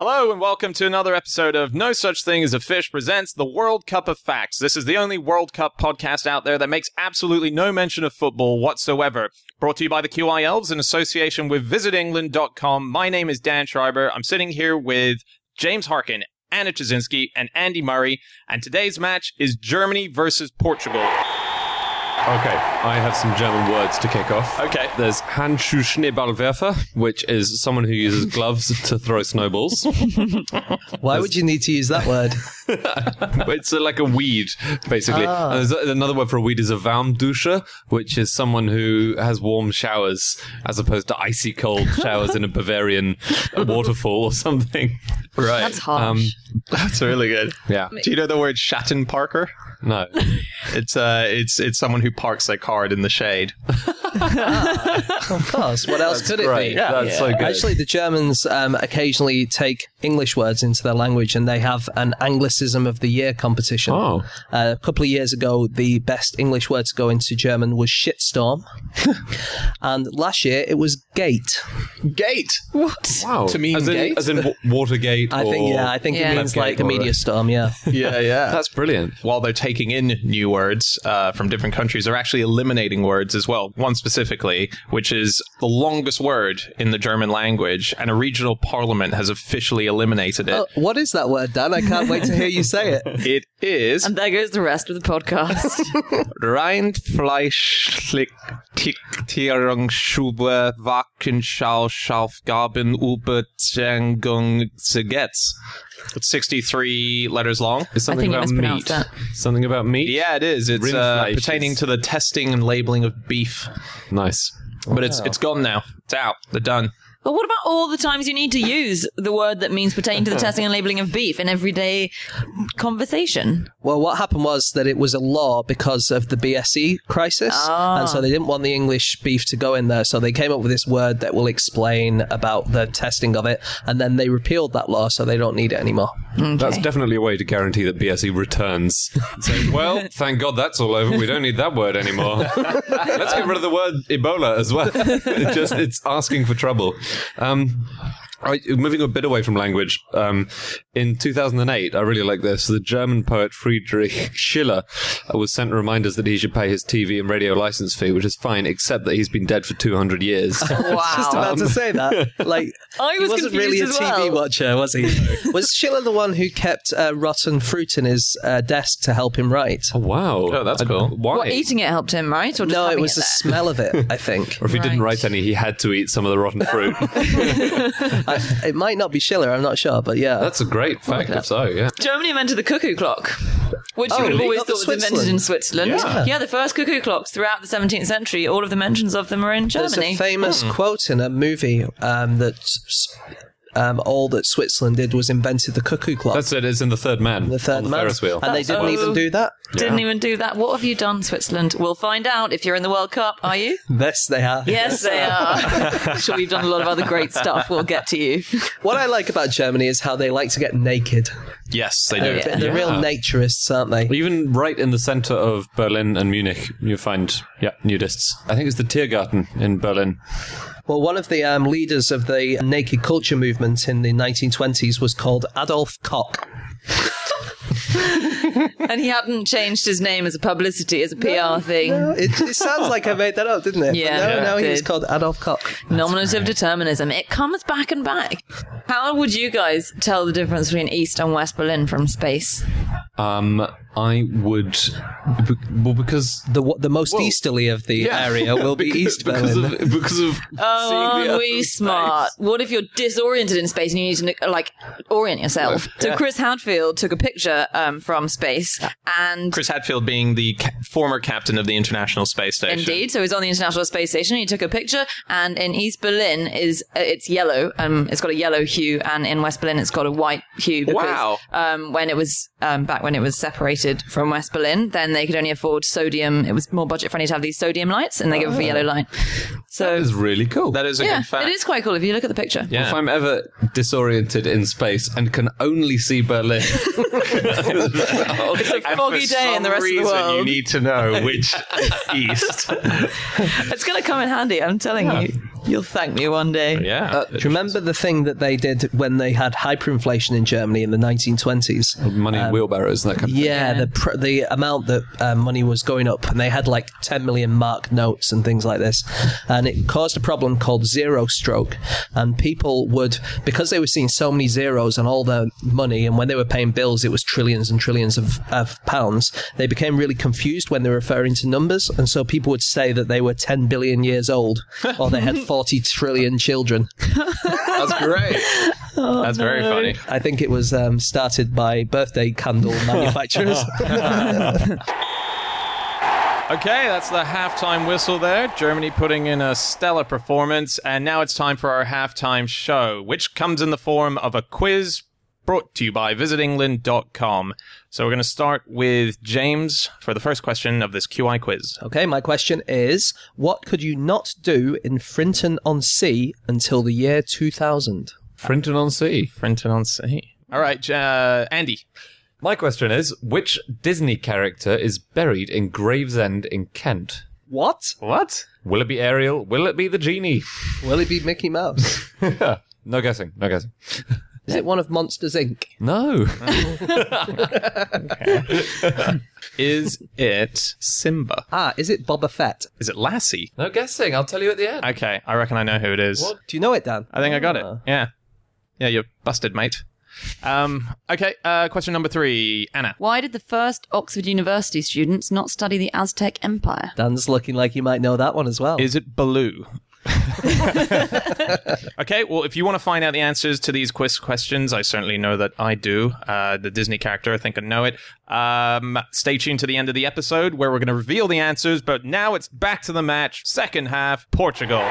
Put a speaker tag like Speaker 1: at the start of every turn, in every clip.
Speaker 1: Hello and welcome to another episode of No Such Thing as a Fish presents the World Cup of Facts. This is the only World Cup podcast out there that makes absolutely no mention of football whatsoever. Brought to you by the QI Elves in association with visitengland.com. My name is Dan Schreiber. I'm sitting here with James Harkin, Anna Chazinski, and Andy Murray. And today's match is Germany versus Portugal.
Speaker 2: Okay, I have some German words to kick off.
Speaker 1: Okay.
Speaker 2: There's Handschuh Schneeballwerfer, which is someone who uses gloves to throw snowballs.
Speaker 3: Why would you need to use that word?
Speaker 2: it's uh, like a weed, basically.
Speaker 3: Ah.
Speaker 2: And there's another word for a weed is a Warmduscher, which is someone who has warm showers as opposed to icy cold showers in a Bavarian waterfall or something. Right.
Speaker 4: That's harsh.
Speaker 5: That's really good.
Speaker 2: yeah.
Speaker 5: Do you know the word Schattenparker?
Speaker 2: No.
Speaker 5: It's uh, it's it's someone who parks their car in the shade.
Speaker 3: Of course. What else could it
Speaker 2: Right.
Speaker 3: be?
Speaker 2: That's so good.
Speaker 3: Actually, the Germans um, occasionally take English words into their language, and they have an Anglicism of the Year competition.
Speaker 2: Oh.
Speaker 3: Uh, a couple of years ago, the best English word to go into German was shitstorm, and last year it was gate.
Speaker 5: Gate.
Speaker 4: What?
Speaker 2: Wow.
Speaker 5: To mean
Speaker 2: as in,
Speaker 5: gate?
Speaker 2: As in wa- Watergate.
Speaker 3: I think,
Speaker 2: or-
Speaker 3: yeah, I think
Speaker 4: Yeah.
Speaker 3: it means
Speaker 2: Oh. Gate
Speaker 3: like a
Speaker 2: or-
Speaker 3: media storm. Yeah,
Speaker 5: Yeah, yeah.
Speaker 2: That's brilliant.
Speaker 5: while they're taking in new words uh, from different countries, they're actually eliminating words as well. One specifically, which is the longest word in the German language, and a regional parliament has officially eliminated it.
Speaker 3: Oh, what is that word, Dan? I can't wait to hear you say it.
Speaker 5: It is
Speaker 4: And there goes the rest of the podcast.
Speaker 5: Rindfleischlichtierungsschube Wackenschauschaufgaben Überzeugung Gesetz. It's 63 letters long.
Speaker 2: It's something about
Speaker 4: think you
Speaker 2: meat.
Speaker 4: mispronounced that.
Speaker 2: Something about meat.
Speaker 5: Yeah, it is. It's uh,
Speaker 2: Rindfleisch is-
Speaker 5: pertaining to the testing and labeling of beef.
Speaker 2: Nice.
Speaker 5: But
Speaker 1: Oh.
Speaker 5: it's it's gone now. It's out. They're done.
Speaker 4: but what about all the times you need to use the word that means pertaining to the testing and labeling of beef in everyday conversation?
Speaker 3: Well, what happened was that it was a law because of the BSE crisis, and so they didn't want the English beef to go in there. So they came up with this word that will explain about the testing of it, and then they repealed that law, so they don't need it anymore.
Speaker 2: That's definitely a way to guarantee that BSE returns. Say, well, thank God that's all over. We don't need that word anymore. Let's get rid of the word Ebola as well. It just it's asking for trouble. Um, I, moving a bit away from language, um, in 2008, I really like this. The German poet Friedrich Schiller was sent reminders that he should pay his TV and radio license fee, which is fine, except that he's been dead for 200 years.
Speaker 4: Wow.
Speaker 3: Just about to say that, like
Speaker 4: I
Speaker 3: he
Speaker 4: was
Speaker 3: wasn't
Speaker 4: confused
Speaker 3: really a
Speaker 4: as
Speaker 3: TV
Speaker 4: well.
Speaker 3: watcher, was he? was Schiller the one who kept uh, rotten fruit in his uh, desk to help him write?
Speaker 2: wow.
Speaker 5: Oh, that's
Speaker 2: I-
Speaker 5: cool.
Speaker 2: Why?
Speaker 4: What, eating it helped him, right? Or just
Speaker 3: No, it
Speaker 4: having
Speaker 3: was the
Speaker 4: there?
Speaker 3: smell of it. I think
Speaker 2: or if he didn't
Speaker 4: Right.
Speaker 2: write any, he had to eat some of the rotten fruit.
Speaker 3: I, it might not be Schiller. I'm not sure, but yeah,
Speaker 2: That's a great fact, if so, yeah.
Speaker 4: Germany invented the cuckoo clock, which you would have
Speaker 3: really?
Speaker 4: always
Speaker 3: Not
Speaker 4: thought was invented in Switzerland. Yeah. the first cuckoo clocks throughout the 17th century, all of the mentions of them are in
Speaker 3: There's
Speaker 4: Germany.
Speaker 3: a famous
Speaker 2: Hmm.
Speaker 3: quote in a movie um, that s- um, all that Switzerland did was invented the cuckoo clock.
Speaker 2: That's it, it's in the third man.
Speaker 3: the third
Speaker 2: on the
Speaker 3: man,
Speaker 2: Ferris wheel.
Speaker 3: and they didn't
Speaker 4: Oh.
Speaker 3: even do that.
Speaker 4: Didn't even do that. What have you done, Switzerland? We'll find out if you're in the World Cup, are you?
Speaker 3: Yes, they have.
Speaker 4: Yes, they are. sure, we've done a lot of other great stuff. We'll get to you.
Speaker 3: What I like about Germany is how they like to get naked.
Speaker 5: Yes, they
Speaker 2: Oh,
Speaker 3: They're,
Speaker 5: do.
Speaker 3: they're real naturists, aren't they?
Speaker 2: Even right in the center of Berlin and Munich, you find, yeah, nudists. I think it's the Tiergarten in Berlin.
Speaker 3: Well, one of the um, leaders of the naked culture movement in the 1920s was called Adolf Koch.
Speaker 4: And he hadn't changed his name as a publicity, as a PR thing.
Speaker 3: It, it sounds like I made that up, didn't it?
Speaker 4: Yeah,
Speaker 3: No,
Speaker 4: Yeah.
Speaker 3: no, he was
Speaker 4: did.
Speaker 3: called Adolf Koch.
Speaker 4: Nominative determinism. It comes back and back. How would you guys tell the difference between East and West Berlin from space?
Speaker 2: Um, I would, be- well, because
Speaker 3: The w- the most easterly of the area will be
Speaker 2: because,
Speaker 3: East Berlin.
Speaker 2: because of because of seeing the
Speaker 4: Aren't
Speaker 2: Earth
Speaker 4: we
Speaker 2: from space.
Speaker 4: smart? What if you're disoriented in space and you need to like orient yourself? So Chris Hadfield took a picture um, from space, and
Speaker 5: Chris Hadfield being the ca- former captain of the International Space Station.
Speaker 4: Indeed. So he's on the International Space Station. He took a picture, and in East Berlin is uh, it's yellow. Um, it's got a yellow hue, and in West Berlin it's got a white hue. Because,
Speaker 5: Wow.
Speaker 4: Um, when it was um, back when it was separated from West Berlin, then they could only afford sodium. It was more budget friendly to have these sodium lights, and they give off a yellow light.
Speaker 2: That
Speaker 4: So
Speaker 2: is really cool.
Speaker 5: That is a
Speaker 4: yeah,
Speaker 5: good Oh. fact.
Speaker 4: it is quite cool if you look at the picture.
Speaker 5: Yeah.
Speaker 2: If I'm ever disoriented in space and can only see Berlin,
Speaker 4: Oh, It's a
Speaker 5: And
Speaker 4: foggy
Speaker 5: for
Speaker 4: day in
Speaker 5: some
Speaker 4: the rest of the
Speaker 5: reason, You
Speaker 4: world.
Speaker 5: need to know which is east.
Speaker 4: it's going to come in handy. I'm telling you. You'll thank me one day.
Speaker 5: Oh, Yeah.
Speaker 3: Uh, do you remember the thing that they did when they had hyperinflation in Germany in the 1920s?
Speaker 2: Money in wheelbarrows and that kind of
Speaker 3: Yeah, the pr- the amount that uh, money was going up, and they had like 10 million mark notes and things like this, and it caused a problem called zero stroke. And people would, because they were seeing so many zeros on all their money, and when they were paying bills, it was trillions and trillions of, of pounds. They became really confused when they were referring to numbers, and so people would say that they were 10 billion years old, or they had 40 trillion children.
Speaker 5: That's great. That's very funny.
Speaker 3: I think it was um, started by birthday candle manufacturers.
Speaker 1: Okay, that's the halftime whistle there. Germany putting in a stellar performance. And now it's time for our halftime show, which comes in the form of a quiz brought to you by visitengland.com. So we're going to start with James for the first question of this QI quiz.
Speaker 3: Okay, my question is what could you not do in Frinton on Sea until the year 2000?
Speaker 2: Frinton on Sea.
Speaker 1: Brenton on C. All right, J- uh, Andy.
Speaker 2: My question is which Disney character is buried in Gravesend in Kent?
Speaker 3: What?
Speaker 1: What?
Speaker 2: Will it be Ariel? Will it be the genie?
Speaker 3: Will it be Mickey Mouse?
Speaker 2: no guessing. No guessing.
Speaker 3: is it one of Monsters Inc?
Speaker 2: No.
Speaker 1: Is it Simba?
Speaker 3: Ah, is it Boba Fett?
Speaker 1: Is it Lassie?
Speaker 2: no guessing. I'll tell you at the end.
Speaker 1: Okay, I reckon I know who it is.
Speaker 2: What?
Speaker 3: Do you know it, Dan?
Speaker 1: I think I got it.
Speaker 3: Ah.
Speaker 1: Yeah. Yeah, you're busted, mate. Um, okay, uh, question number three, Anna.
Speaker 4: Why did the first Oxford University students not study the Aztec Empire?
Speaker 3: Dan's looking like he might know that one as well.
Speaker 1: Is it Baloo? okay, well, if you want to find out the answers to these quiz questions, I certainly know that I do. Uh, the Disney character, I think I know it. Um, stay tuned to the end of the episode where we're going to reveal the answers, but now it's back to the match. Second half, Portugal.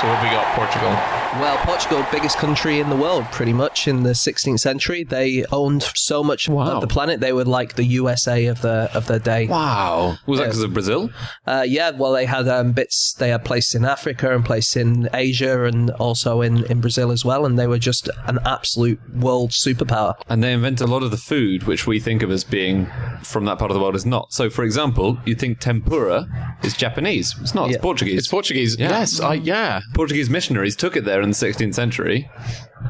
Speaker 1: So, what have we got, Portugal?
Speaker 3: Well, Portugal, biggest country in the world, pretty much in the 16th century. They owned so much
Speaker 2: Wow.
Speaker 3: of the planet. They were like the USA of the of their day.
Speaker 2: Wow. Was that because of Brazil?
Speaker 3: Uh, yeah, well, they had um, bits. They had placed in Africa and placed in Asia and also in, in Brazil as well. And they were just an absolute world superpower.
Speaker 2: And they invent a lot of the food which we think of as being from that part of the world is not. So, for example, you think tempura is Japanese. It's not. It's
Speaker 3: Yeah.
Speaker 2: Portuguese.
Speaker 5: It's Portuguese. Yes, I yeah.
Speaker 2: Portuguese missionaries took it there in the 16th century,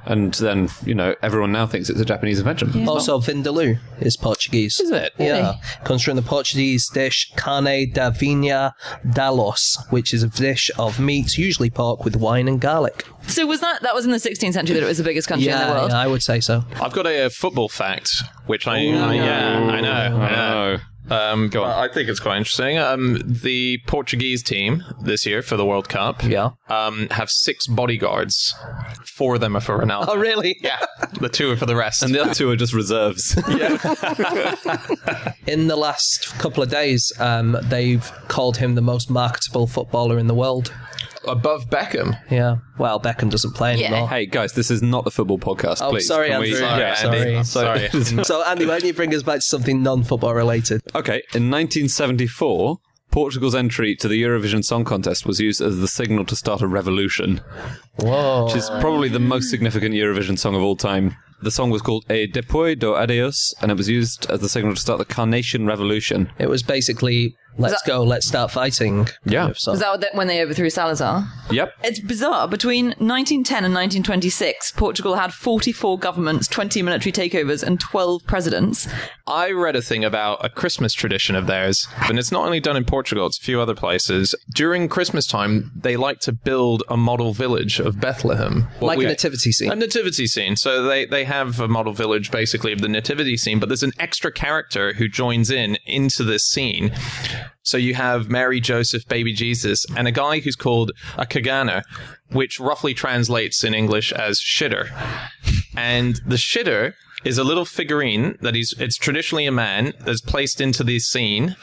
Speaker 2: and then you know everyone now thinks it's a Japanese invention.
Speaker 3: Also, Vindaloo is Portuguese.
Speaker 2: Is it?
Speaker 3: Yeah. Comes from the Portuguese dish carne da vinha dalos, which is a dish of meat, usually pork, with wine and garlic.
Speaker 4: So was that that was in the 16th century that it was the biggest country in the
Speaker 3: Yeah,
Speaker 4: world?
Speaker 3: yeah, I would say so.
Speaker 5: I've got a, uh football fact, which I, I- yeah, I know, I know.
Speaker 2: Oh,
Speaker 5: Um, go on. I think it's quite interesting. Um, the Portuguese team this year for the World Cup,
Speaker 3: Yeah.
Speaker 5: um, have six bodyguards. Four of them are for Ronaldo.
Speaker 3: Oh, really?
Speaker 5: Yeah, the two are for the rest.
Speaker 2: and the other two are just reserves.
Speaker 3: In the last couple of days, um, they've called him the most marketable footballer in the world.
Speaker 5: above Beckham.
Speaker 3: Yeah. Well, Beckham doesn't play
Speaker 4: Yeah.
Speaker 3: anymore.
Speaker 2: hey guys, this is not the football podcast.
Speaker 3: Oh,
Speaker 2: please.
Speaker 3: sorry,
Speaker 2: Can
Speaker 3: Andrew.
Speaker 2: we-
Speaker 3: Sorry,
Speaker 2: Yeah,
Speaker 3: sorry.
Speaker 2: Andy.
Speaker 5: Sorry.
Speaker 3: So, Andy, why don't you bring us back to something non-football related?
Speaker 2: Okay, in 1974, Portugal's entry to the Eurovision Song Contest was used as the signal to start a revolution,
Speaker 3: Whoa!
Speaker 2: which is probably the most significant Eurovision song of all time. The song was called E Depois do Adeus, and it was used as the signal to start the Carnation Revolution.
Speaker 3: It was basically "Let's
Speaker 4: that-
Speaker 3: go, let's start fighting." kind
Speaker 2: Yeah.
Speaker 3: of song.
Speaker 4: Was that what they- when they overthrew Salazar?
Speaker 2: Yep.
Speaker 4: It's bizarre. Between 1910 and 1926, Portugal had 44 governments, 20 military takeovers, and 12 presidents.
Speaker 5: I read a thing about a Christmas tradition of theirs, and it's not only done in Portugal, it's a few other places. During Christmas time, they like to build a model village of Bethlehem. What
Speaker 3: like
Speaker 5: we-
Speaker 3: a nativity scene.
Speaker 5: A nativity scene. So they, they have a model village basically of the nativity scene, but there's an extra character who joins in into this scene. So you have Mary, Joseph, baby Jesus, and a guy who's called a Kagana, which roughly translates in English as shitter. And the shitter is a little figurine that he's it's traditionally a man that's placed into the scene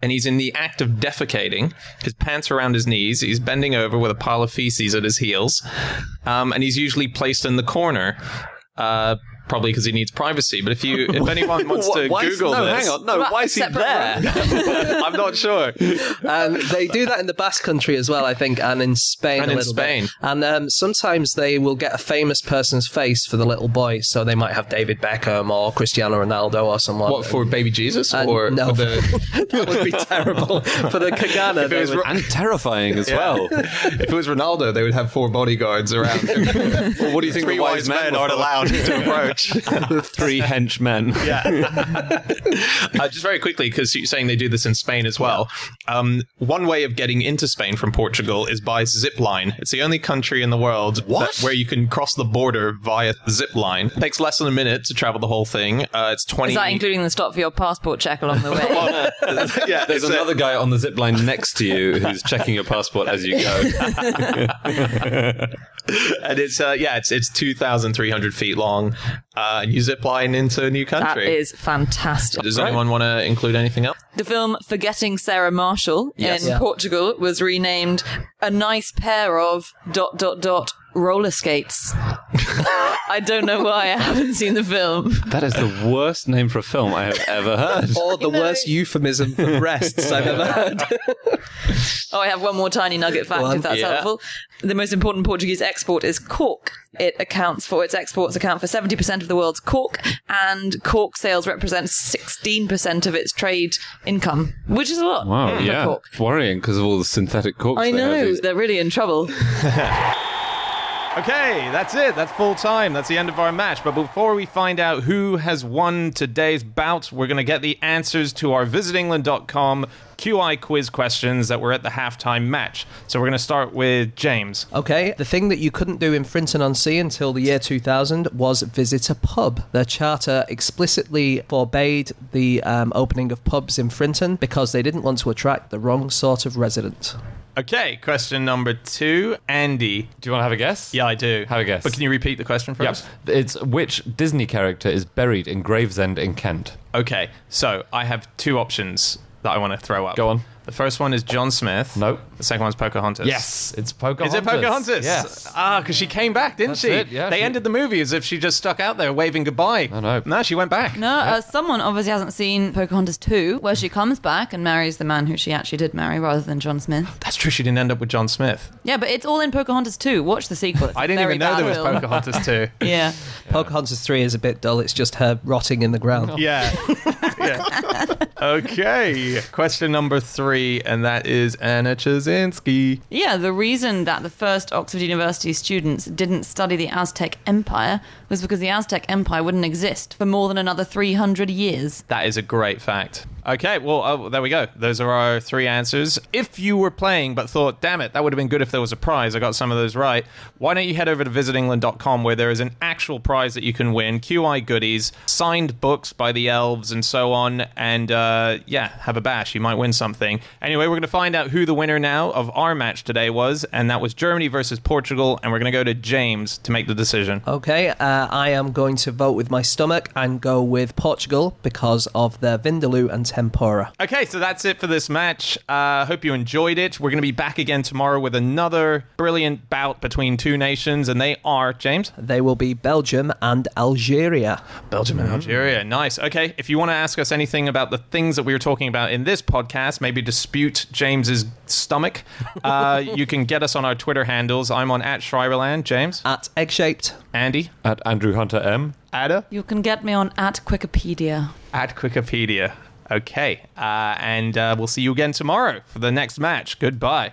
Speaker 5: and he's in the act of defecating his pants around his knees he's bending over with a pile of feces at his heels um, and he's usually placed in the corner uh, probably because he needs privacy. But if you, if anyone wants to
Speaker 1: Why is-
Speaker 5: Google
Speaker 1: no,
Speaker 5: this,
Speaker 1: hang on. No,
Speaker 4: Well,
Speaker 1: Oh, why is he
Speaker 4: separate
Speaker 1: there? I'm not sure.
Speaker 3: And they do that in the Basque Country as well, I think, and in Spain.
Speaker 5: And
Speaker 3: a
Speaker 5: in
Speaker 3: little bit.
Speaker 5: Spain.
Speaker 3: And um, sometimes they will get a famous person's face for the little boy, so they might have David Beckham or Cristiano Ronaldo or someone.
Speaker 5: what for baby Jesus
Speaker 3: Uh,
Speaker 5: or
Speaker 3: no.
Speaker 5: or the,
Speaker 3: that would be terrible for the Kagana. they
Speaker 5: was
Speaker 3: would-
Speaker 2: and terrifying as well.
Speaker 5: if it was Ronaldo, they would have four bodyguards around. him.
Speaker 2: Well, what do you think
Speaker 1: Three
Speaker 2: the
Speaker 1: wise
Speaker 2: wise men,
Speaker 1: men aren't allowed to approach.
Speaker 2: the three henchmen?
Speaker 5: uh, just very quickly, because you're saying they do this in Spain as well. Um, one way of getting into Spain from Portugal is by zip line. It's the only country in the world that- where you can cross the border via zip line. takes less than a minute to travel the whole thing. Uh, it's twenty.
Speaker 4: Is that including the stop for your passport check along the way?
Speaker 5: Well, yeah,
Speaker 2: There's
Speaker 5: it's a-
Speaker 2: another guy on the zip line next to you who's checking your passport as you go.
Speaker 5: and it's uh, yeah, it's it's two thousand three hundred feet long, uh, and you zip line into a new
Speaker 4: that
Speaker 5: country.
Speaker 4: is fantastic.
Speaker 5: Does anyone want to include anything else?
Speaker 4: The film Forgetting Sarah Marshall in
Speaker 3: Yeah.
Speaker 4: Portugal was renamed a nice pair of dot dot dot roller skates. I don't know why I haven't seen the film.
Speaker 2: That is the worst name for a film I have ever heard.
Speaker 3: or the worst euphemism for breasts I've ever heard.
Speaker 4: Oh, I have one more tiny nugget fact if that's
Speaker 5: Yeah.
Speaker 4: helpful. The most important Portuguese export is cork. It accounts for its exports account for 70% of the world's cork and cork sales represent 16% of its trade income, which is a lot.
Speaker 2: Wow,
Speaker 4: for
Speaker 2: yeah,
Speaker 4: cork.
Speaker 2: worrying because of all the synthetic corks.
Speaker 4: I
Speaker 2: they have
Speaker 4: know,
Speaker 2: these-
Speaker 4: they're really in trouble.
Speaker 5: Okay, that's it. That's full time. That's the end of our match. But before we find out who has won today's bout, we're going to get the answers to our visitengland.com QI quiz questions that were at the halftime match. So we're going to start with James.
Speaker 3: Okay, the thing that you couldn't do in Frinton on Sea until the year 2000 was visit a pub. Their charter explicitly forbade the um, opening of pubs in Frinton because they didn't want to attract the wrong sort of resident.
Speaker 5: Okay, question number two, Andy.
Speaker 2: Do you want to have a guess?
Speaker 5: Yeah, I do.
Speaker 2: Have a guess.
Speaker 5: But can you repeat the question for us?
Speaker 2: It's which Disney character is buried in Gravesend in Kent?
Speaker 5: Okay, so I have two options that I want to throw up.
Speaker 2: Go on.
Speaker 5: The first one is John Smith.
Speaker 2: Nope.
Speaker 5: The second one's Pocahontas.
Speaker 2: Yes, it's Pocahontas.
Speaker 5: Is it Pocahontas?
Speaker 2: Yes.
Speaker 5: Ah, because she came back, didn't
Speaker 2: That's
Speaker 5: she?
Speaker 2: it, yeah,
Speaker 5: they
Speaker 2: she-
Speaker 5: ended the movie as if she just stuck out there waving goodbye.
Speaker 2: I know.
Speaker 5: No, she went back.
Speaker 4: No, uh, someone obviously hasn't seen Pocahontas 2, where she comes back and marries the man who she actually did marry rather than John Smith.
Speaker 5: That's true. She didn't end up with John Smith.
Speaker 4: Yeah, but it's all in Pocahontas 2. Watch the sequel. It's a
Speaker 5: I didn't
Speaker 4: very
Speaker 5: even know
Speaker 4: bad
Speaker 5: there was
Speaker 4: film.
Speaker 5: Pocahontas too.
Speaker 4: Yeah.
Speaker 3: Pocahontas 3 is a bit dull, it's just her rotting in the ground.
Speaker 5: Yeah. yeah. Okay. Question number three, and that is Anna Chazinski.
Speaker 4: Yeah, the reason that the first Oxford University students didn't study the Aztec Empire was because the Aztec Empire wouldn't exist for more than another 300 years.
Speaker 5: That is a great fact. Okay, well, oh, there we go. Those are our three answers. If you were playing but thought, damn it, that would have been good if there was a prize, I got some of those right, why don't you head over to visitengland.com where there is an actual prize that you can win QI goodies, signed books by the elves, and so on. And uh, yeah, have a bash. You might win something. Anyway, we're going to find out who the winner now of our match today was, and that was Germany versus Portugal. And we're going to go to James to make the decision.
Speaker 3: Okay, uh, I am going to vote with my stomach and go with Portugal because of their vindaloo and tempura.
Speaker 5: Okay, so that's it for this match. Uh, hope you enjoyed it. We're going to be back again tomorrow with another brilliant bout between two nations, and they are James,
Speaker 3: They will be Belgium and Algeria.
Speaker 5: Belgium, and Algeria. Nice. Okay, if you want to ask us anything about the things that we were talking about in this podcast, maybe dispute James's stomach, uh, you can get us on our Twitter handles. I'm on at Schreiberland, James,
Speaker 3: At egg shaped.
Speaker 5: Andy,
Speaker 2: At Andrew Hunter M.
Speaker 5: Ada,
Speaker 4: You can get me on at Wikipedia.
Speaker 5: at Wikipedia. Okay, uh, and uh, we'll see you again tomorrow for the next match. Goodbye.